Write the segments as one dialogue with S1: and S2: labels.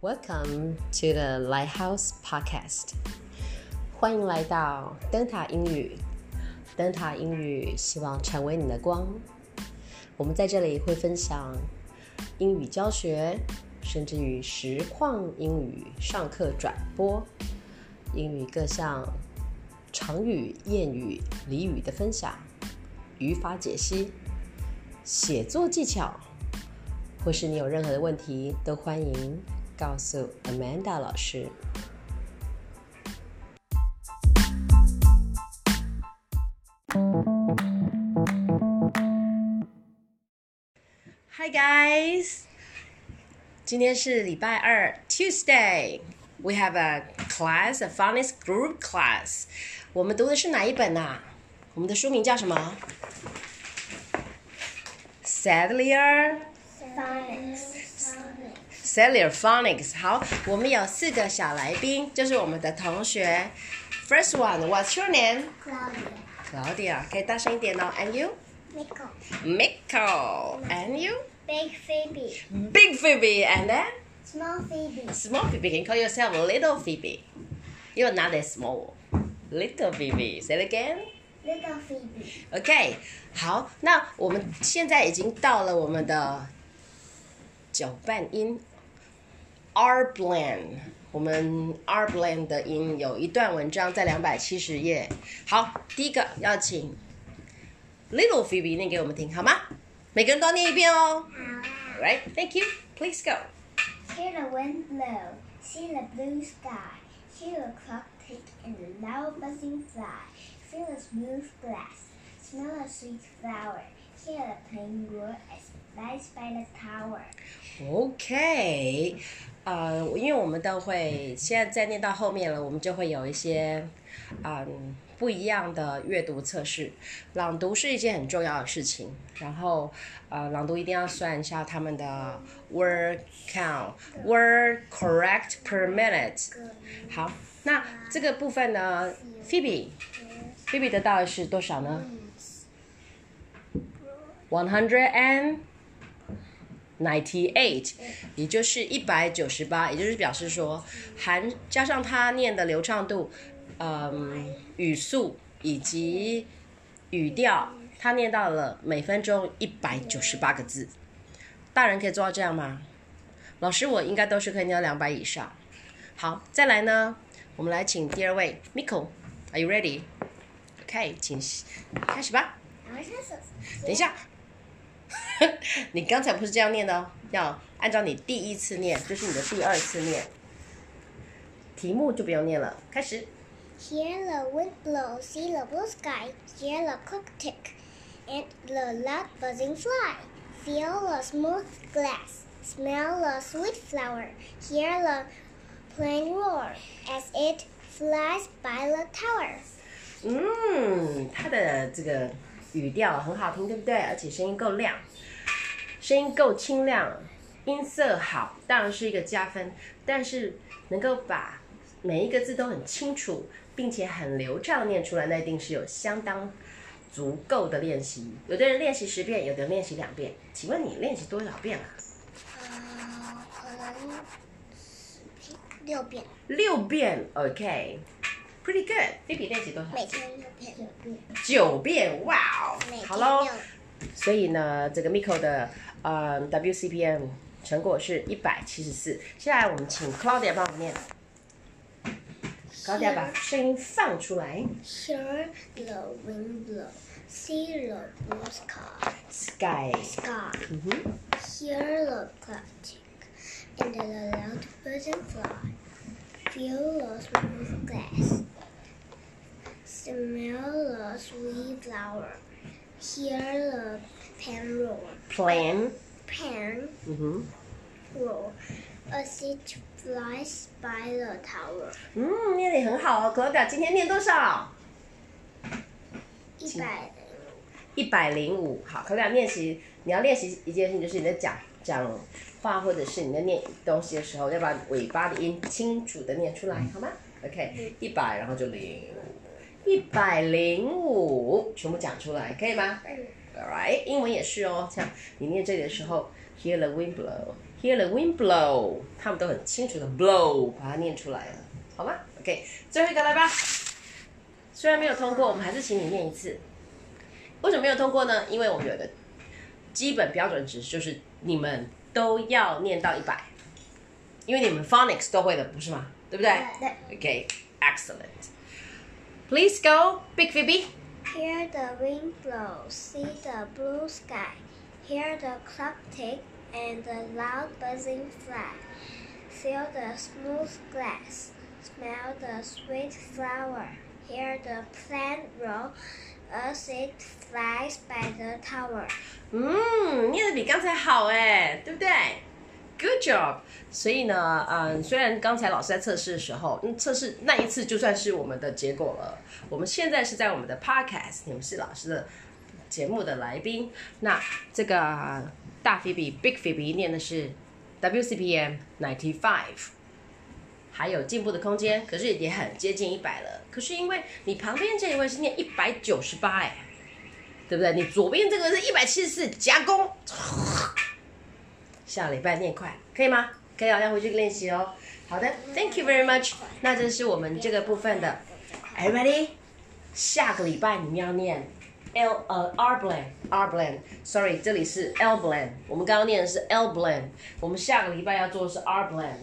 S1: Welcome to the Lighthouse Podcast，欢迎来到灯塔英语。灯塔英语希望成为你的光。我们在这里会分享英语教学，甚至于实况英语上课转播，英语各项常语、谚语、俚语的分享，语法解析，写作技巧。或是你有任何的问题，都欢迎告诉 Amanda 老师。Hi guys，今天是礼拜二，Tuesday。We have a class, a phonics group class。我们读的是哪一本呐、啊我们的书名叫什么？Sadlier。
S2: Phonics.
S1: Cellular Phonics。好，我们有四个小来宾，就是我们的同学。First one, what's your name?
S2: Claudia.
S1: Claudia，可以大声一点哦。And you?
S2: Michael.
S1: Miko. And you?
S2: Big Phoebe.
S1: Big Phoebe. And then
S2: Small Phoebe.
S1: small Phoebe. You can call yourself little Phoebe. You're not that small. Little Phoebe. Say it again.
S2: Little Phoebe.
S1: OK，好，那我们现在已经到了我们的搅拌音 R blend。我们 R blend 的音有一段文章在两百七十页。好，第一个要请 Little Phoebe 念给我们听，好吗？每个人都要念一遍哦。Right，thank you，please go。
S2: Hear the wind blow. See the blue sky. Hear the clock tick and the loud buzzing fly. Feel the smooth glass. Smell the sweet flower. Hear the plane roar as it flies by the tower.
S1: OK，呃，因为我们都会现在在念到后面了，我们就会有一些嗯不一样的阅读测试。朗读是一件很重要的事情，然后呃，朗读一定要算一下他们的 word count、word correct per minute。好，那这个部分呢，Phoebe，Phoebe 得到的是多少呢？One hundred and ninety eight，也就是一百九十八，也就是表示说，含加上他念的流畅度，嗯，语速以及语调，他念到了每分钟一百九十八个字。大人可以做到这样吗？老师，我应该都是可以念到两百以上。好，再来呢，我们来请第二位 Miko，Are you ready？OK，请开始吧。等一下， 你刚才不是这样念的哦，要按照你第一次念，这、是你的第二次念。题目就不用念了，开始。
S2: Hear the wind blow, see the blue sky, hear the clock tick, and the loud buzzing fly. Feel the smooth glass, smell the sweet flower, hear the plane roar as it flies by the tower.
S1: 嗯，它的这个语调很好听，对不对？而且声音够亮，声音够清亮，音色好，当然是一个加分。但是能够把每一个字都很清楚，并且很流畅地念出来，那一定是有相当足够的练习。有的人练习十遍，有的人练习两遍。请问你练习多少遍了、六遍，OK，pretty good。菲比练习多少？九遍，哇哦！好喽，所以呢，这个 Miko 的呃 WCPM 成果是一百七十四。接下来我们请 Claudia 帮我们念，Claudia 把声音放出来
S2: Hear the wind blow, see the blue sky.
S1: ，Sky。
S2: sky.
S1: 嗯哼，
S2: Hear the clock tick, and the loud buzzing fly. Feel the smooth glass. Smell the sweet flower. Hear the pen roar.
S1: plan。
S2: Pen
S1: 嗯哼，
S2: roar. A seat flies by the tower.
S1: 嗯，念得很好哦，Claudia 今天念多少？
S2: 一百
S1: 一百零五。好，可不可以练习？你要练习一件事情，就是你在讲讲话或者是你在念东西的时候，要把尾巴的音清楚的念出来，好吗？OK，一百，然后就零，一百零五，全部讲出来，可以吗？Alright，英文也是哦，像你念这里的时候，hear the wind blow。 hear the wind blow，他们都很清楚的 blow 把它念出来了，好吗？OK，最后一个来吧。虽然没有通过，我们还是请你念一次。为什么没有通过呢？因为我们有一个基本标准值，就是你们都要念到一百，因为你们 phonics 都会的，不是吗？对不对
S2: 对
S1: ？OK，excellent。Please go, Big Phoebe.
S2: Hear the wind blow, see the blue sky, hear the clock tick and the loud buzzing fly, feel the smooth glass, smell the sweet flower, hear the plant roll as it flies by the tower.
S1: 嗯，念的比刚才好哎，对不对？Good job。所以呢，嗯，虽然刚才老师在测试的时候，嗯，测试那一次就算是我们的结果了。我们现在是在我们的 podcast，你们是老师的节目的来宾。那这个大菲比 Big 菲比念的是 WCPM ninety five。还有进步的空间，可是也很接近一百了。可是因为你旁边这一位是念一百九十八，哎，对不对？你左边这个是一百七十四加工，下礼拜念快，可以吗？可以啊，要回去练习哦。好的，Thank you very much。那这是我们这个部分的，Everybody，下个礼拜你们要念 L 呃 R blend R blend，Sorry，这里是 L blend，我们刚刚念的是 L blend，我们下个礼拜要做的是 R blend，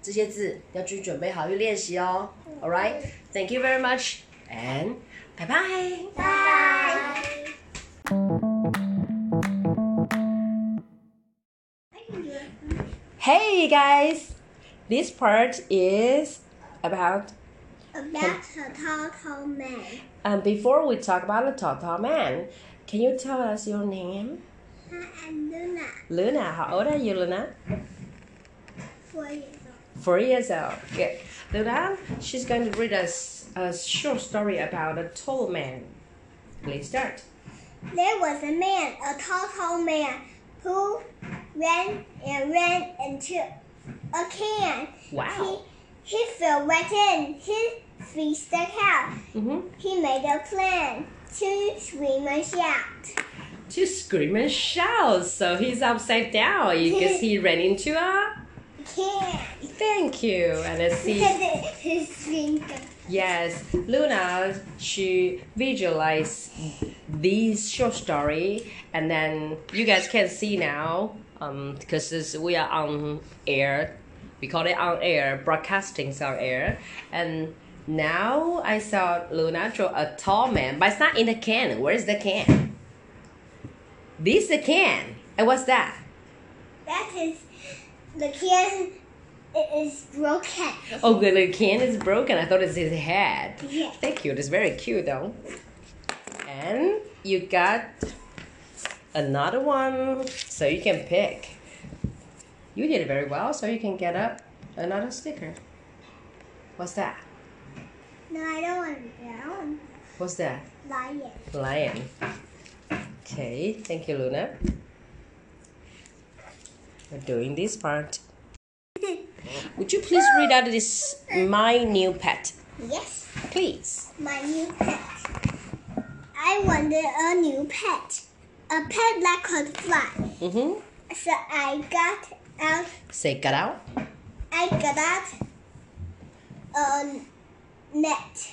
S1: 这些字要去准备好去练习哦。All right，Thank you very much，and 拜拜。
S2: Bye.
S1: Hey guys, this part is about
S2: About a tall, tall man.
S1: and um, before we talk about the Tata man, can you tell us your name?
S2: Hi, I'm Luna.
S1: Luna, how old are you, Luna?
S2: Four years old.
S1: Four years old. Good. Luna, she's going to read us a short story about a tall man. Please start.
S2: There was a man, a tall, tall man, who ran and ran into a can.
S1: Wow.
S2: He, he fell right in. His feet stuck out.
S1: Mm-hmm.
S2: He made a plan to swim and shout.
S1: To scream and shout, so he's upside down because he ran into a.
S2: Can.
S1: Thank you, and let's see.
S2: His finger.
S1: Yes, Luna, she visualized this short story, and then you guys can see now, um, because this, we are on air, we call it on air, broadcasting's on air, and now I saw Luna draw a tall man, but it's not in the can. Where is the can? This the can, and what's that?
S2: That is the can. It is broken.
S1: Oh, the the can is broken. I thought it's his head.
S2: Yeah.
S1: Thank you. That's very cute, though. And you got another one, so you can pick. You did very well, so you can get up another sticker. What's that?
S2: No, I don't want to be down.
S1: What's that?
S2: Lion.
S1: Lion. Okay, thank you, Luna. We're doing this part. Would you please read out this my new pet,
S2: Yes.
S1: please?
S2: my new pet. I wanted a new pet, a pet that could fly.
S1: Mm-hmm.
S2: So I got out,
S1: Say cut out.
S2: I got out a net,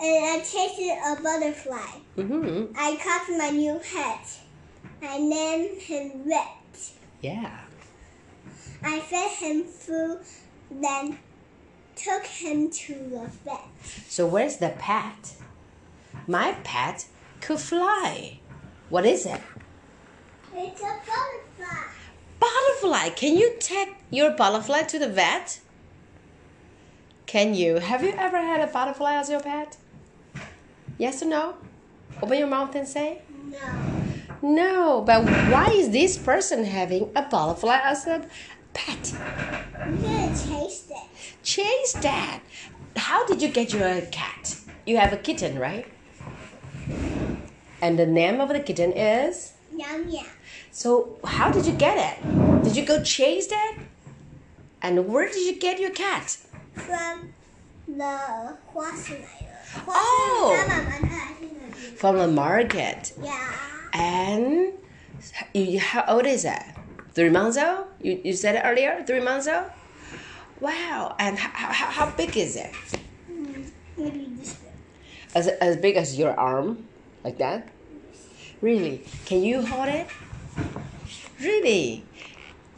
S2: and I chased a butterfly.
S1: Mm-hmm.
S2: I caught my new pet. I named him Red.
S1: Yeah.
S2: I fed him food, then took him to the vet.
S1: So where's the pet? My pet could fly. What is it?
S2: It's a butterfly.
S1: Butterfly. Can you take your butterfly to the vet? Can you? Have you ever had a butterfly as your pet? Yes or no? Open your mouth and say.
S2: No.
S1: No, but why is this person having a butterfly as a pet?
S2: I'm gonna chase it.
S1: Chase that. How did you get your cat? You have a kitten, right? And the name of the kitten is?
S2: Yum yum.
S1: So, how did you get it? Did you go chase that? And where did you get your cat?
S2: from the 花市来的。
S1: Oh.
S2: 花市他妈妈他还是那边。
S1: From the market.
S2: Yeah.
S1: And you, how old is it? Three months old? You, you said it earlier? Three months old? Wow. And how, how, how big is it?
S2: Maybe this bit.
S1: As, as big as your arm? Like that? Really? Can you hold it? Really?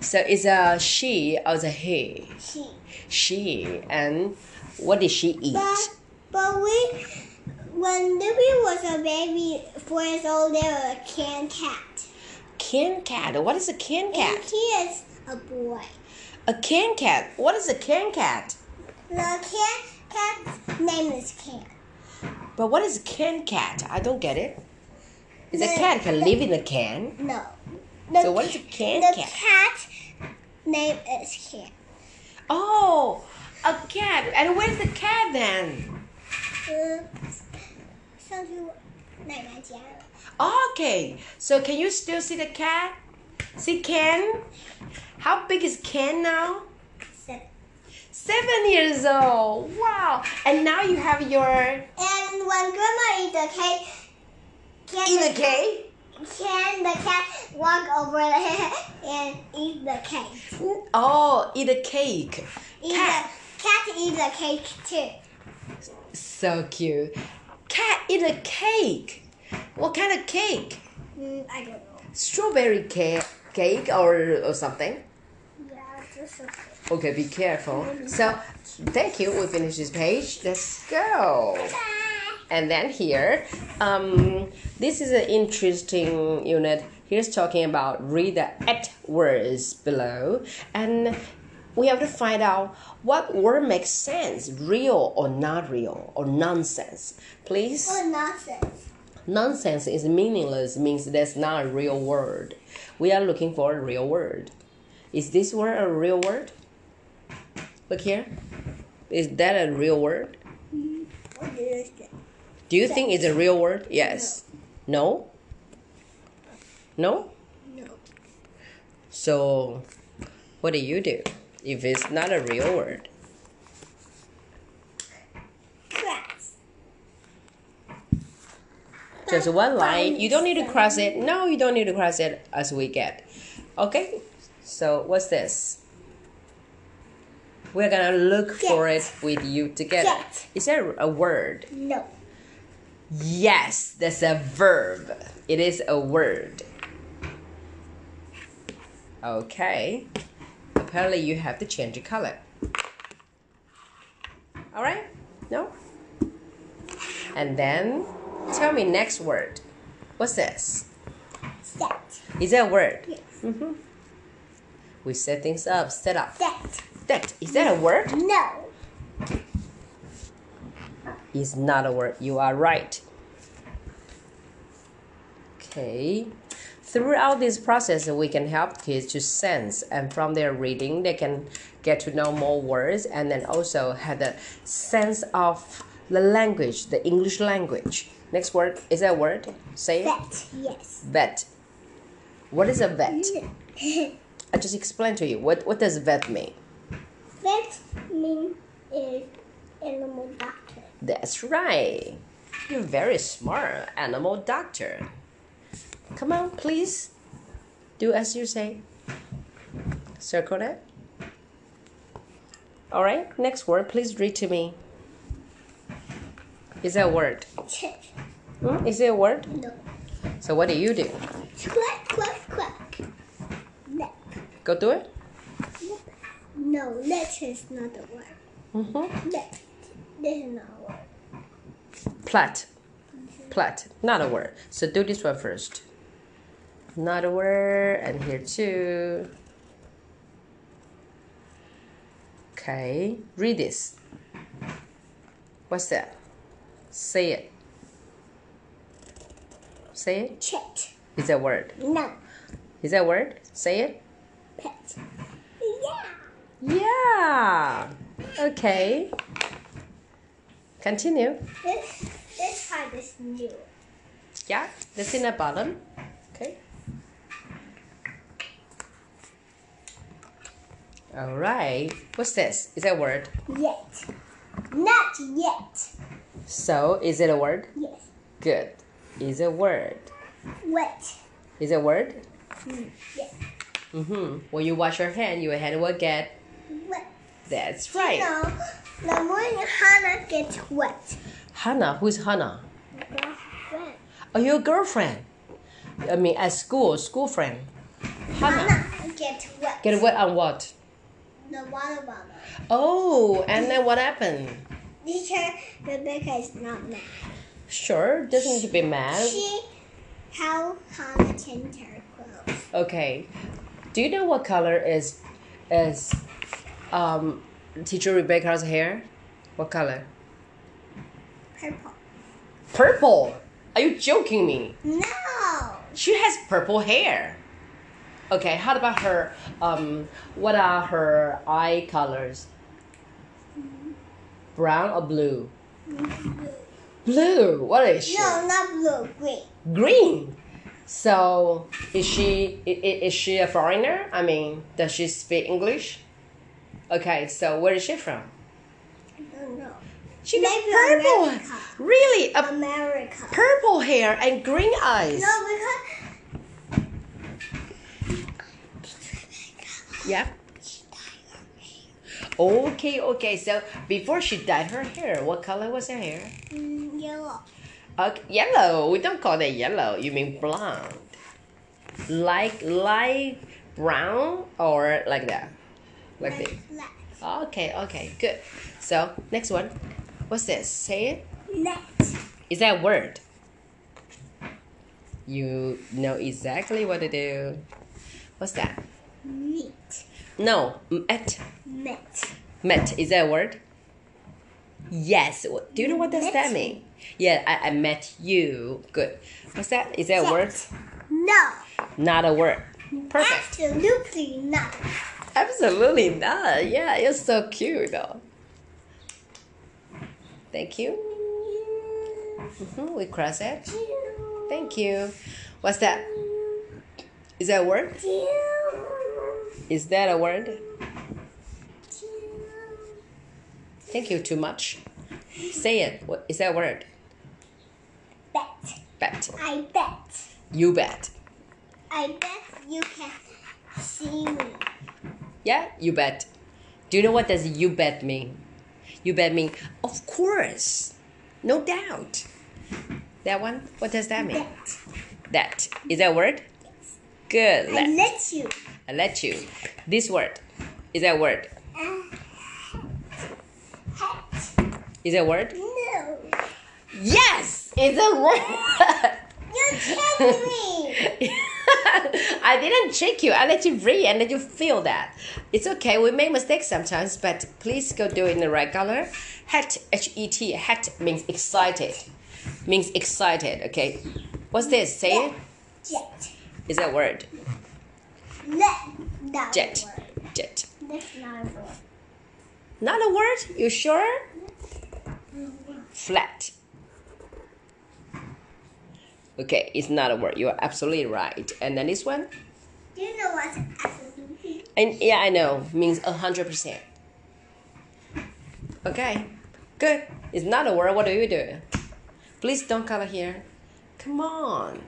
S1: So it's a she or it's a he?
S2: She.
S1: She. And what did she eat?
S2: But, but we, when Libby was a baby, four years old, they were a can cat.
S1: Can cat. What is a can
S2: And
S1: cat?
S2: he is a boy.
S1: A can cat. What is a can cat?
S2: The can cat's name is Can.
S1: But what is a can cat? I don't get it. Is a
S2: The-
S1: cat can live in a can?
S2: No. The
S1: So what is a
S2: ca-
S1: can
S2: The
S1: cat?
S2: cat name is Can.
S1: Oh, a cat. And where's the cat then?
S2: 嗯，上次我奶奶家了。
S1: Okay. So can you still see the cat? See Ken? How big is Ken now? Seven years old. Wow. And now you have your
S2: And when grandma eat the cake, can
S1: in a cave.
S2: can the cat walk over there and eat the cake?
S1: Oh, eat a cake.
S2: Eat
S1: Cat.
S2: The, cat eat the cake too.
S1: So cute. Cat eat a cake. What kind of cake?
S2: Mm, I don't know.
S1: Strawberry cake, cake or, or something.
S2: Yeah, just okay.
S1: Okay, be careful. So, thank you. We finished this page. Let's go. And then here, um, this is an interesting unit. Here's talking about read the at words below, and we have to find out what word makes sense, real or not real or nonsense. Please
S2: Oh, nonsense.
S1: nonsense is meaningless means that's not a real word. We are looking for a real word. Is this word a real word? Look here. Is that a real word?
S2: What is that?
S1: Do you think it's a real word? Yes. No? No?
S2: No.
S1: So what do you do if it's not a real word?
S2: Grass.
S1: Just one line. You don't need to cross it. No, you don't need to cross it as we get. Okay? So what's this? We're gonna look for it with you together.
S2: Get.
S1: Is there a word?
S2: No.
S1: Yes, that's a verb. It is a word. Okay. Apparently you have to change the color. Alright? No? And then tell me next word. What's this?
S2: Set.
S1: Is that a word?
S2: Yes.
S1: Mm-hmm. We set things up, set up.
S2: Set.
S1: That is that a word?
S2: No.
S1: is not a word. You are right. Okay. Throughout this process, we can help kids to sense, and from their reading, they can get to know more words and then also have a sense of the language, the English language. Next word is that a word? Say it.
S2: Vet. Yes.
S1: Vet. What is a vet? I just explained to you. What, what does vet mean?
S2: Vet means is animal doctor.
S1: That's right. You're very smart, animal doctor. Come on, please. Do as you say. Circle it. All right, next word, please read to me. Is that a word?
S2: Chip.
S1: Hmm? Is it a word?
S2: No.
S1: So, what do you do?
S2: Quack, quack, quack. Lip.
S1: Go do it?
S2: Lip. No, lip is not the word.
S1: Mm-hmm.
S2: Lip. This is not a word.
S1: Plat. Plat. Not a word. So, do this one first. Not a word, and here too. Okay, read this. What's that? Say it. Say it.
S2: Chit.
S1: Is that a word?
S2: No.
S1: Is that a word? Say it.
S2: Pet. Yeah.
S1: Yeah. Okay. Continue.
S2: This, this part is new.
S1: Yeah, that's in the bottom. Okay. All right. What's this? Is that a word?
S2: Yet. Not yet.
S1: So, is it a word?
S2: Yes.
S1: Good. Is a word.
S2: Wet.
S1: Is a word?
S2: Yes.
S1: Mm-hmm. When you wash your hand, your hand will get.
S2: Wet.
S1: That's right.
S2: No, the morning Hannah gets wet.
S1: Hannah, who's Hannah?
S2: Girlfriend.
S1: Oh, your girlfriend. I mean, at school, school friend. Hannah.
S2: Hannah gets wet.
S1: Get wet on what?
S2: The water bottle.
S1: Oh, and then what happened?
S2: Teacher Rebecca is not mad.
S1: Sure, doesn't need to be mad.
S2: She how Hannah changed her clothes.
S1: Okay. Do you know what color is is um teacher Rebecca's hair? What color?
S2: Purple.
S1: Purple. Are you joking me?
S2: No.
S1: She has purple hair. Okay, how about her um what are her eye colors? Brown or blue? Blue. What is she?
S2: No, not blue, green.
S1: Green. So, is she i- i- is she a foreigner? I mean, does she speak English? Okay, so where is she from?
S2: I don't know.
S1: She got
S2: Maybe
S1: purple.
S2: America.
S1: Really, a
S2: America.
S1: purple hair and green eyes.
S2: No, because
S1: Yeah. Okay, okay. So before she dyed her hair, what color was her hair?
S2: mm, yellow.
S1: Okay, yellow. We don't call that yellow. You mean blonde. Like light brown or like that. Like
S2: Red
S1: this.
S2: flag.
S1: Okay, okay, good. So next one. What's this? Say it.
S2: Let.
S1: Is that a word? You know exactly what to do. What's that?
S2: Meat.
S1: No, met.
S2: Met.
S1: Met, is that a word? Yes. Wh- Do you know what does that
S2: Met me.
S1: mean? Yeah, I, I met you. Good. What's that? Is that a word?
S2: No.
S1: Not a word. Perfect.
S2: Absolutely not.
S1: Ah! Absolutely not. Yeah, you're so cute though. Thank you. hmm we cross it. Thank you. What's that? Is that a word? Is that a word? Thank you too much. Say it. What is that word?
S2: Bet.
S1: Bet.
S2: I bet.
S1: You bet.
S2: I bet you can see me.
S1: Yeah, you bet. Do you know what does you bet mean? You bet mean of course. No doubt. That one? What does that mean?
S2: Bet.
S1: That. Is that a word? Good.
S2: I
S1: Let,
S2: let you.
S1: I let you. This word. Is that a word?
S2: Uh, hat.
S1: Is that a word?
S2: No.
S1: Yes! It's a word!
S2: You checked me.
S1: I didn't check you. I let you read and let you feel that. It's okay. We make mistakes sometimes, but please go do it in the right color. Het, H E T, het means excited. Means excited, okay? What's this? Say it.
S2: Jet.
S1: Is that a word?
S2: Let. That
S1: Jet.
S2: word.
S1: Jet.
S2: That's not a word.
S1: Not a word? You sure? Flat. Okay, it's not a word. You are absolutely right. And then this one?
S2: Do you know what's absolutely?
S1: And yeah, I know means a hundred percent. Okay, good. It's not a word. What do you do? Please don't color here. Come on.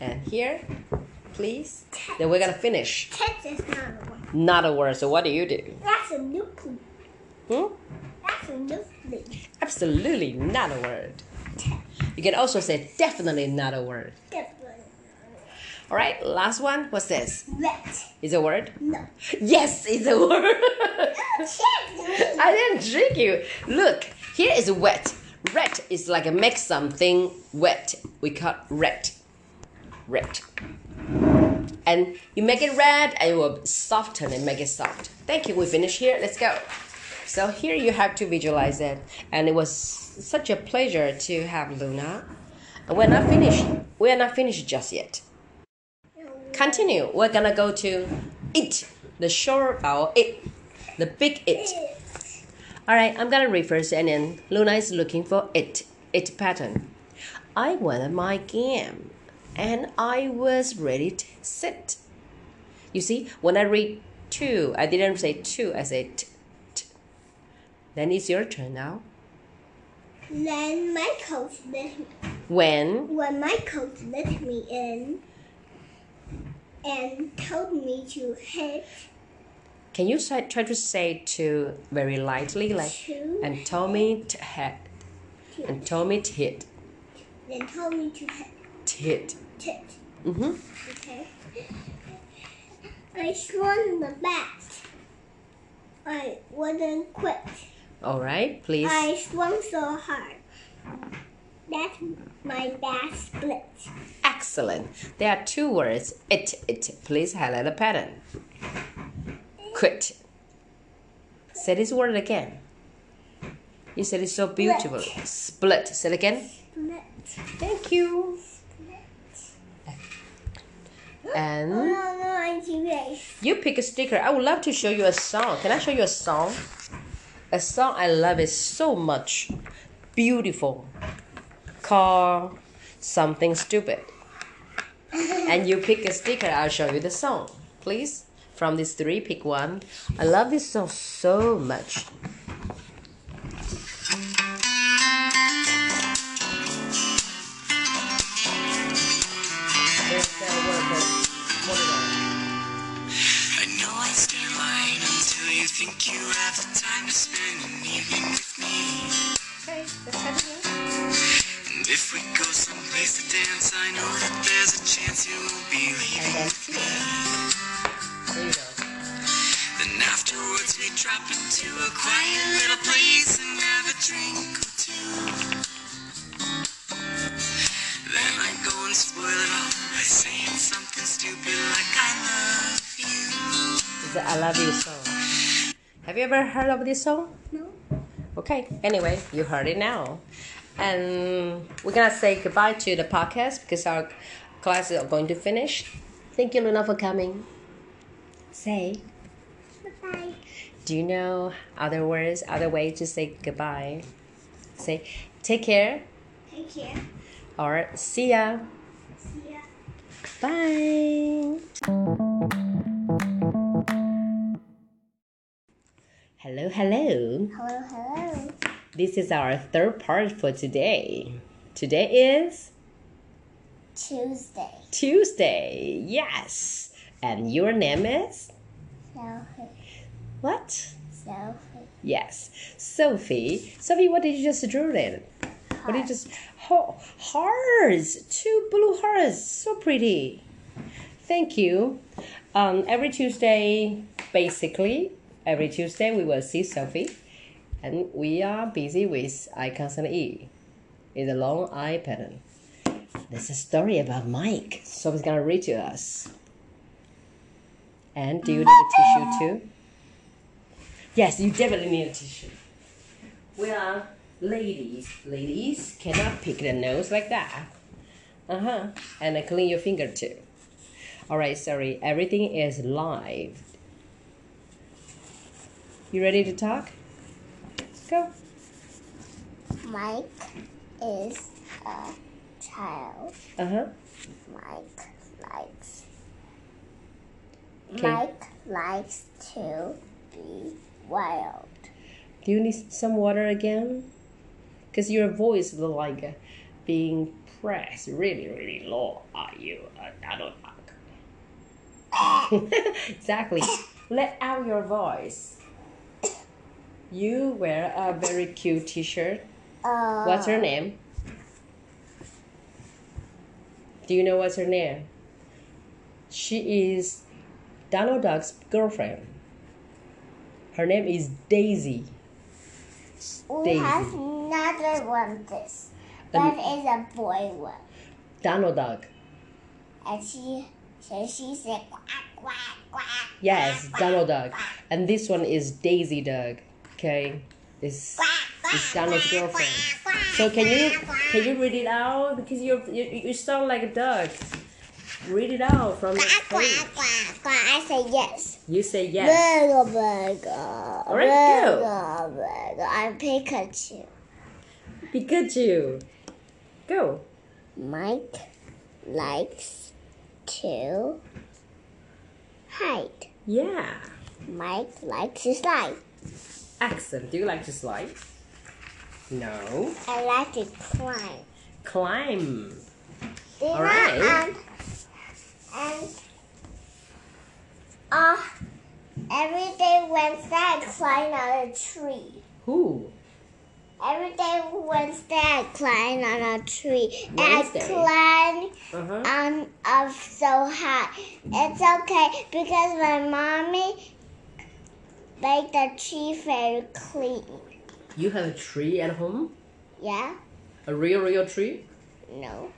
S1: And here, please. Then we're gonna finish.
S2: Cat is not a word.
S1: Not a word. So what do you do?
S2: That's a nucleus.
S1: Hmm?
S2: That's a nucleus.
S1: Absolutely not a word. You can also say definitely not a word.
S2: Definitely.
S1: All right, last one. What's this?
S2: Let.
S1: Is a word?
S2: No.
S1: Yes, it's a word.
S2: You checked me.
S1: I didn't trick you. Look, here is wet. Red is like a make something wet. We call it red. Red. And you make it red and you will soften and make it soft. Thank you. We finish here. Let's go. So here you have to visualize it. And it was such a pleasure to have Luna. And we're not finished. We are not finished just yet. Continue. We're gonna go to it. The short vowel it. The big it. All right, I'm gonna read first, and then Luna is looking for it. It pattern. I wanted my game, and I was ready to sit. You see, when I read two, I didn't say two. I said t. t. Then it's your turn now.
S2: Then my coach let me.
S1: When
S2: When my coach let me in, and told me to head
S1: Can you try, try to say to very lightly, like,
S2: To-
S1: and told me to head, and told me to hit,
S2: then told me to head
S1: to hit.
S2: tit.
S1: Mm-hmm.
S2: Okay. I swung the bat. I wouldn't quit.
S1: All right, please.
S2: I swung so hard that my bat split.
S1: Excellent. There are two words. It, it. Please highlight the pattern. Quit. Say this word again. You said it's so beautiful. Split. Say it again.
S2: Split.
S1: Thank you.
S2: No,
S1: And
S2: Oh, no, I erased.
S1: you pick a sticker. I would love to show you a song. Can I show you a song? A song I love it so much. Beautiful. Called Something Stupid. And you pick a sticker, I'll show you the song. Please. From these three, pick one. I love this song so much. There's that word, but what is it?
S3: I know I stare right until you think you have the time to spend an evening with me.
S1: Okay, let's have it now.
S3: And if we go someplace to dance, I know that there's a chance you won't be
S1: And
S3: leaving.
S1: then two. There you go.
S3: Then afterwards we drop into a quiet little place and have a drink or two. Then I go and spoil it all by saying something stupid like I love you.
S1: It's the I love you song. Have you ever heard of this song?
S2: No.
S1: Okay. Anyway, you heard it now. And we're gonna say goodbye to the podcast because our classes are going to finish. Thank you, Luna, for coming. Say,
S2: Bye.
S1: do you know other words, other way to say goodbye? Say, take care
S2: Take care.
S1: or see ya.
S2: See ya.
S1: Bye. Hello, hello.
S2: Hello, hello.
S1: This is our third part for today. Today is
S2: Tuesday.
S1: Tuesday. Yes. And your name is
S2: Sophie.
S1: what?
S2: Sophie.
S1: Yes, Sophie. Sophie, what did you just draw then? What did you just oh, hearts? Two blue hearts, so pretty. Thank you. Um, every Tuesday, basically, every Tuesday we will see Sophie, and we are busy with I consonant E, is a long I pattern. There's a story about Mike. Sophie's gonna read to us. And do you need a tissue too? Yes, you definitely need a tissue. We are ladies. Ladies cannot pick their nose like that. Uh huh. And uh, clean your finger too. All right, sorry. Everything is live. You ready to talk? Go.
S2: Mike is a child.
S1: Uh huh.
S2: Mike likes.
S1: 'Kay.
S2: Mike likes to be wild.
S1: Do you need some water again? Because your voice is like uh, being pressed really, really low. Are you an adult? exactly. Let out your voice. You wear a very cute t shirt.
S2: Uh,
S1: What's her name? Do you know what's her name? She is Donald Duck's girlfriend. Her name is Daisy.
S2: we
S1: Daisy.
S2: have another one. This
S1: Um,
S2: that is a boy one,
S1: Donald Duck.
S2: and she so she said quack quack quack.
S1: Yes,
S2: quack,
S1: Donald Duck. And this one is Daisy Duck. Okay. It's it's Donald's girlfriend. So can you can you read it out? Because you're, you you sound like a duck. Read it out from your
S2: Quack
S1: face.
S2: quack quack quack. I say yes.
S1: You say yes.
S2: Burger, burger,
S1: right, go.
S2: burger, burger. I'm Pikachu.
S1: Pikachu. Go.
S2: Mike likes to hide.
S1: Yeah.
S2: Mike likes to slide.
S1: Excellent. Do you like to slide? No.
S2: I like to climb.
S1: Climb.
S2: Then
S1: All right.
S2: I, um, and uh, climbed on a tree.
S1: Who?
S2: Every day Wednesday I climb on a tree. And
S1: Wednesday.
S2: I
S1: Uh huh.
S2: climb on up so high. It's okay because my mommy made the tree very clean.
S1: You have a tree at home?
S2: Yeah?
S1: A real, real tree?
S2: No.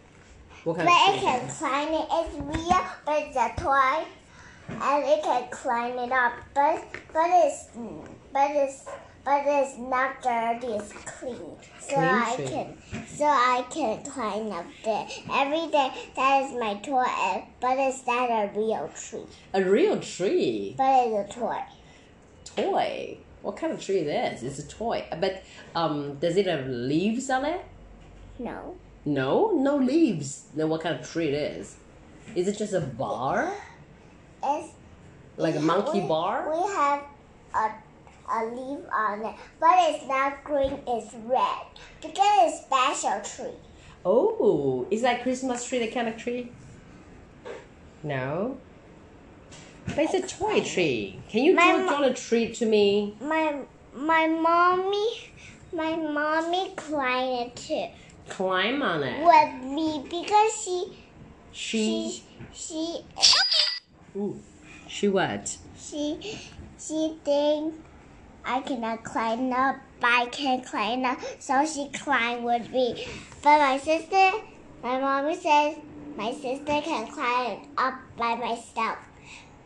S1: What kind of
S2: But it
S1: tree?
S2: can climb it. It's real, but it's a toy, and it can climb it up. But but it's but it's but it's not dirty. It's clean, so
S1: Clean
S2: I
S1: shade.
S2: can so I can climb up there every day. That is my toy, and- but it's not a real tree.
S1: A real tree.
S2: But it's a toy.
S1: Toy. What kind of tree it is? It's a toy. But um, does it have leaves on it?
S2: No,
S1: No, no leaves. Then what kind of tree it is? Is it just a bar?
S2: it's
S1: Like a monkey bar?
S2: We have a, a leaf on it, but it's not green. It's red because it's special tree.
S1: Oh, is that Christmas tree the kind of tree? No. But it's a toy tree. Can you
S2: My
S1: draw,
S2: mo-
S1: draw a tree to me?
S2: My my mommy my mommy climbed it too
S1: Climb on it.
S2: with me because she
S1: She.
S2: she she
S1: Ooh, she what?
S2: she she think I cannot climb up but I can climb up so she climbed with me. But my sister my mommy says my sister can climb up by myself.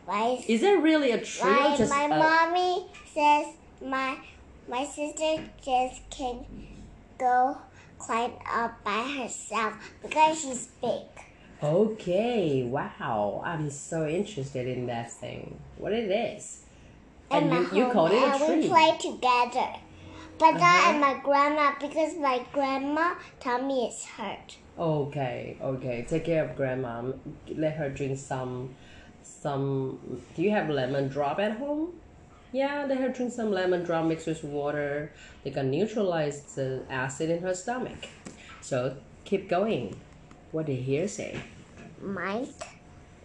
S2: My
S1: Is that really a tree
S2: My,
S1: or just
S2: my
S1: a-
S2: mommy says my my sister just can go climb up by herself because she's big.
S1: Okay, wow. I'm so interested in that thing. What it is. And
S2: my
S1: you, you
S2: home,
S1: called it a
S2: and
S1: tree.
S2: we play together. But
S1: Uh-huh.
S2: not at my grandma because my grandma tummy is hurt.
S1: Okay, okay. Take care of grandma. Let her drink some some do you have lemon drop at home? Yeah, let her drink some lemon drop mixed with water. They can neutralize the acid in her stomach. So keep going. What did here say?
S2: Mike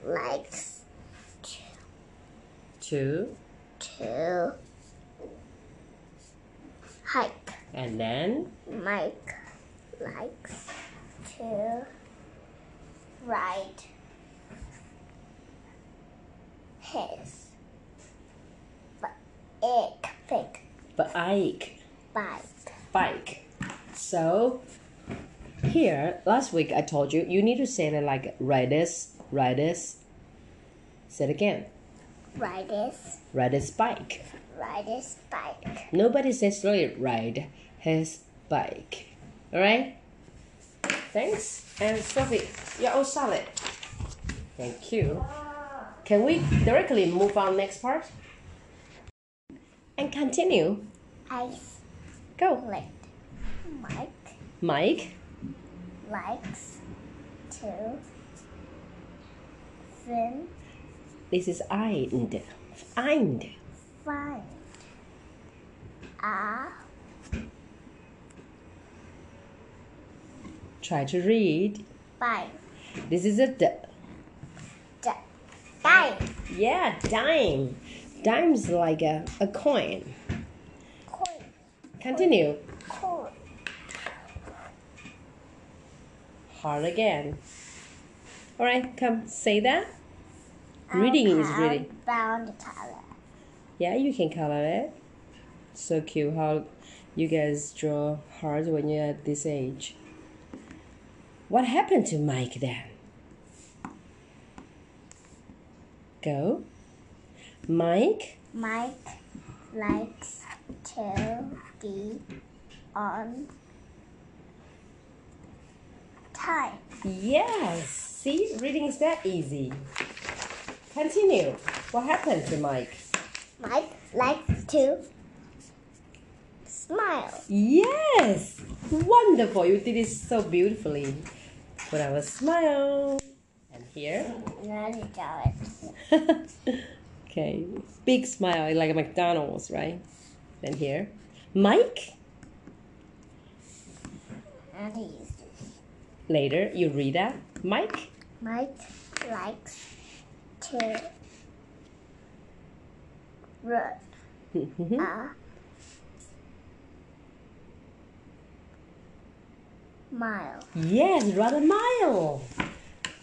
S2: likes
S1: Two
S2: to hike.
S1: and then
S2: Mike likes to ride his big, big
S1: bike.
S2: bike.
S1: bike. So here, last week I told you you need to say it like riders, riders. Say it again.
S2: Ride his,
S1: Riders bike.
S2: ride his bike.
S1: Nobody says really ride his bike. Alright? Thanks. And Sophie, you're all solid. Thank you. Can we directly move on next part? And continue.
S2: I
S1: Go.
S2: split. Mike
S1: Mike
S2: likes to fin
S1: This is Eind. Eind.
S2: find a
S1: Try to read.
S2: bike.
S1: This is a d-
S2: Dime.
S1: yeah dime. Dime's like a, a coin.
S2: Coin.
S1: Continue.
S2: Coin.
S1: Hard again. All right, come say that. Reading
S2: Uh-huh.
S1: is really
S2: Brown color.
S1: yeah. You can color it. So cute how you guys draw hard when you're at this age. What happened to Mike then? Go. Mike
S2: Mike likes to be on time.
S1: Yes. See, reading is that easy. Continue. What happened to Mike?
S2: Mike likes to smile.
S1: Yes. Wonderful. You did it so beautifully. Put out a smile. And here.
S2: Now you draw it.
S1: okay. Big smile, like a McDonald's, right? And here. Mike.
S2: And he's
S1: Later, you read that. Mike.
S2: Mike likes to run. uh, mile.
S1: Yes, rather mild.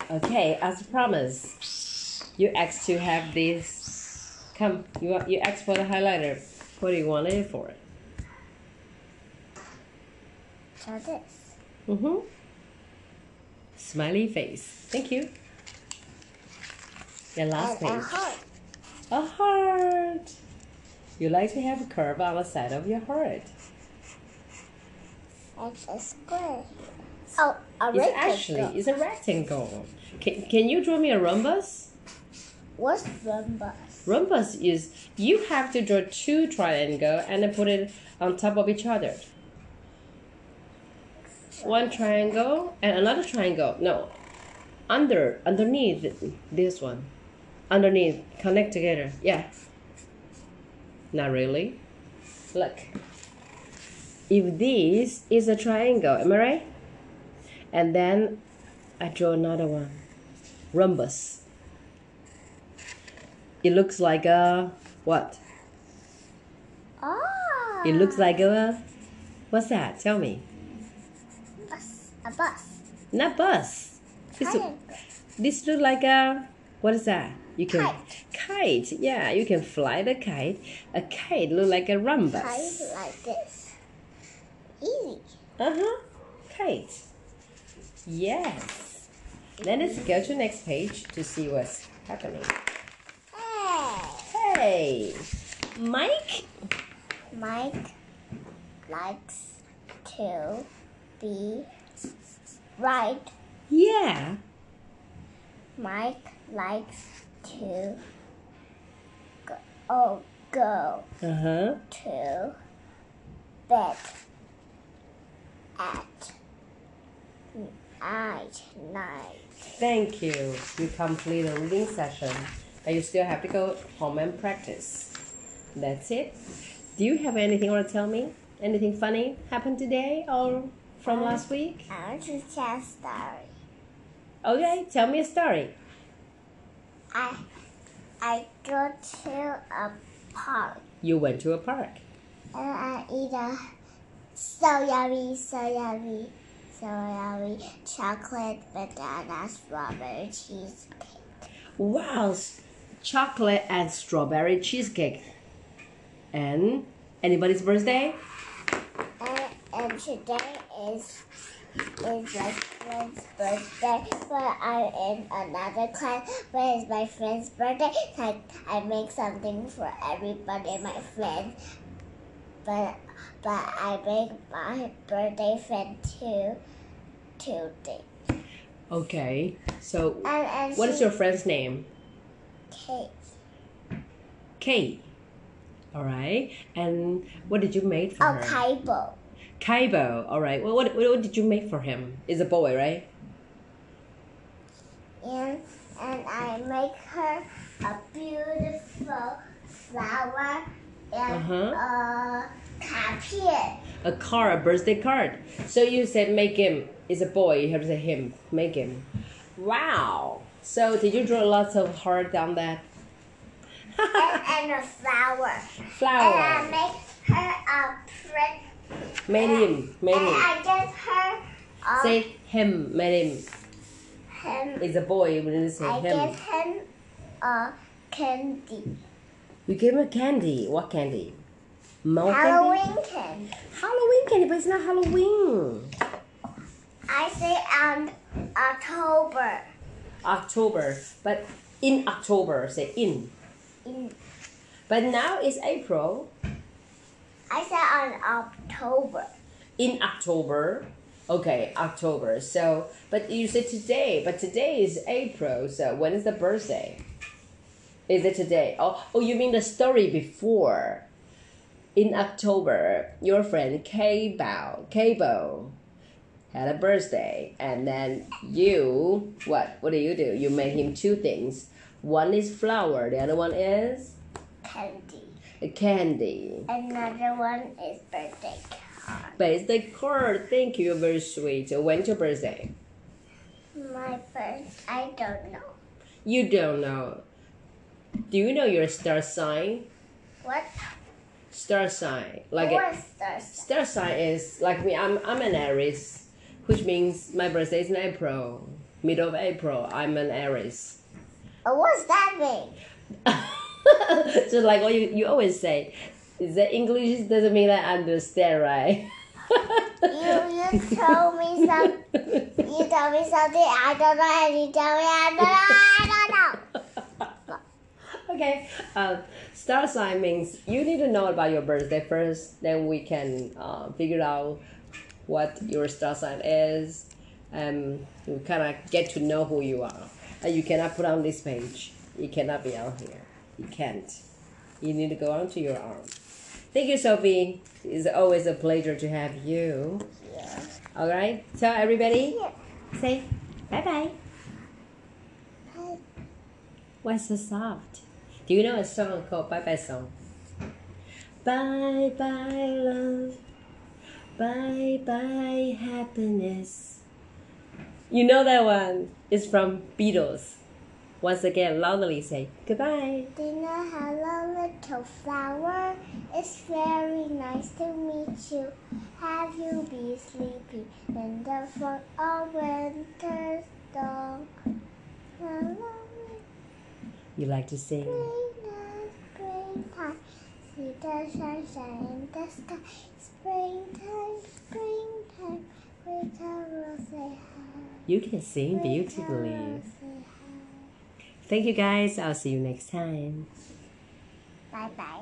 S1: Okay, as promised, you asked to have this. Come, you want- you asked for the highlighter. What do you want it for?
S2: So this.
S1: Mm-hmm. Smiley face. Thank you. The last
S2: and a
S1: page.
S2: heart.
S1: A heart. You like to have a curve on the side of your heart.
S2: It's a square. Oh, a
S1: It's
S2: rectangle.
S1: actually it's a rectangle. Can, can you draw me a rhombus?
S2: What's rhombus?
S1: Rhombus is you have to draw two triangle and then put it on top of each other. One triangle and another triangle. No, under underneath this one, underneath connect together. Yeah. Not really. Look. If this is a triangle, am I right? And then I draw another one, rhombus. It looks like a what?
S2: Oh.
S1: It looks like a what's that? Tell me.
S2: bus. A bus.
S1: Not bus. This
S2: Triangle.
S1: this look like a what is that? You can
S2: Kite.
S1: kite. Yeah, you can fly the kite. A kite look like a rhombus.
S2: Tied like this. Easy.
S1: Uh huh. Kite. Yes. Then let's go to next page to see what's happening.
S2: Hey.
S1: Hey, Mike.
S2: Mike likes to be right.
S1: Yeah.
S2: Mike likes to go, oh, go
S1: Uh huh.
S2: to bed at night. Night.
S1: Thank you. You complete the reading session, but you still have to go home and practice. That's it. Do you have anything you want to tell me? Anything funny happened today or from last week?
S2: I want to tell a story.
S1: Okay, tell me a story.
S2: I I go to a park
S1: You went to a park.
S2: and I eat a soyabean, soyabean, soyabean, chocolate, banana, strawberry cheesecake.
S1: Wow, s- chocolate and strawberry cheesecake. And anybody's birthday?
S2: And, Uh, and today is is my friend's birthday, but I'm in another class where it's my friend's birthday. So I, I make something for everybody, my friend. But but I make my birthday friend two two things.
S1: Okay. So,
S2: And and
S1: what
S2: she oh,
S1: is your friend's name?
S2: cake.
S1: Kate. All right. And what did you make for
S2: Oh,
S1: her?
S2: Kaibo.
S1: Kaibo. All right. Well, what, what what did you make for him? Is a boy, right?
S2: and and I make her a beautiful flower and
S1: Uh-huh.
S2: a carpet.
S1: A car, a birthday card. So you said make him. Is a boy. You have to say him. Make him. Wow. So did you draw lots of heart on that
S2: and, and a flower. And I
S1: flower?
S2: make her a print.
S1: Made him. Made
S2: And
S1: him.
S2: I give her a
S1: Say him. Made him.
S2: him.
S1: Is a boy. You wouldn't say
S2: I
S1: him.
S2: give him a candy.
S1: You gave him a candy. What candy? Mouth candy.
S2: Halloween candy.
S1: Halloween candy, but it's not Halloween.
S2: I say on October.
S1: October, but in October, say in.
S2: In,
S1: But now it's April.
S2: I say on October.
S1: in October. Okay, October. So, but you said today, but today is April. So, when is the birthday? Is it today? Oh, oh, you mean the story before? In October, your friend K Bao, K Bo, had a birthday, and then you, what? What do you do? You make him two things. One is flower. The other one is
S2: Candy.
S1: a candy.
S2: Another one is birthday card.
S1: Birthday card. Thank you. You're very sweet. When's your birthday?
S2: My birth, I don't know.
S1: You don't know. Do you know your star sign?
S2: What?
S1: star sign. Like
S2: Or star sign.
S1: star sign is like me. I'm I'm an Aries, which means my birthday is in April, middle of April. I'm an Aries.
S2: Oh, what's that mean?
S1: Just like what you, you always say, is that English doesn't mean I understand, right?
S2: You you told me some. You told me something I don't know, and you told me I don't know. I don't know.
S1: okay. Uh, star sign means you need to know about your birthday first, then we can uh, figure out what your star sign is, um, and you kind of get to know who you are. And you cannot put on this page. You cannot be on here. You can't. You need to go onto your arm. Thank you, Sophie. It's always a pleasure to have you. All right. Tell everybody.
S2: Yeah.
S1: Say bye bye. Why so soft? Do you know a song called Bye Bye Song? Bye bye love, bye bye happiness. You know that one? It's from Beatles. Once again, loudly say goodbye.
S2: Do you know hello little flower? It's very nice to meet you. Have you been sleeping in the fog of winter storm? Hello,
S1: You like to sing?
S2: spring, springtime. See the sunshine in the sky. Springtime, springtime. Wake up, will say hi.
S1: You can sing
S2: Wake up, will
S1: beautifully.
S2: say hi.
S1: Thank you guys. I'll see you next time.
S2: Bye bye.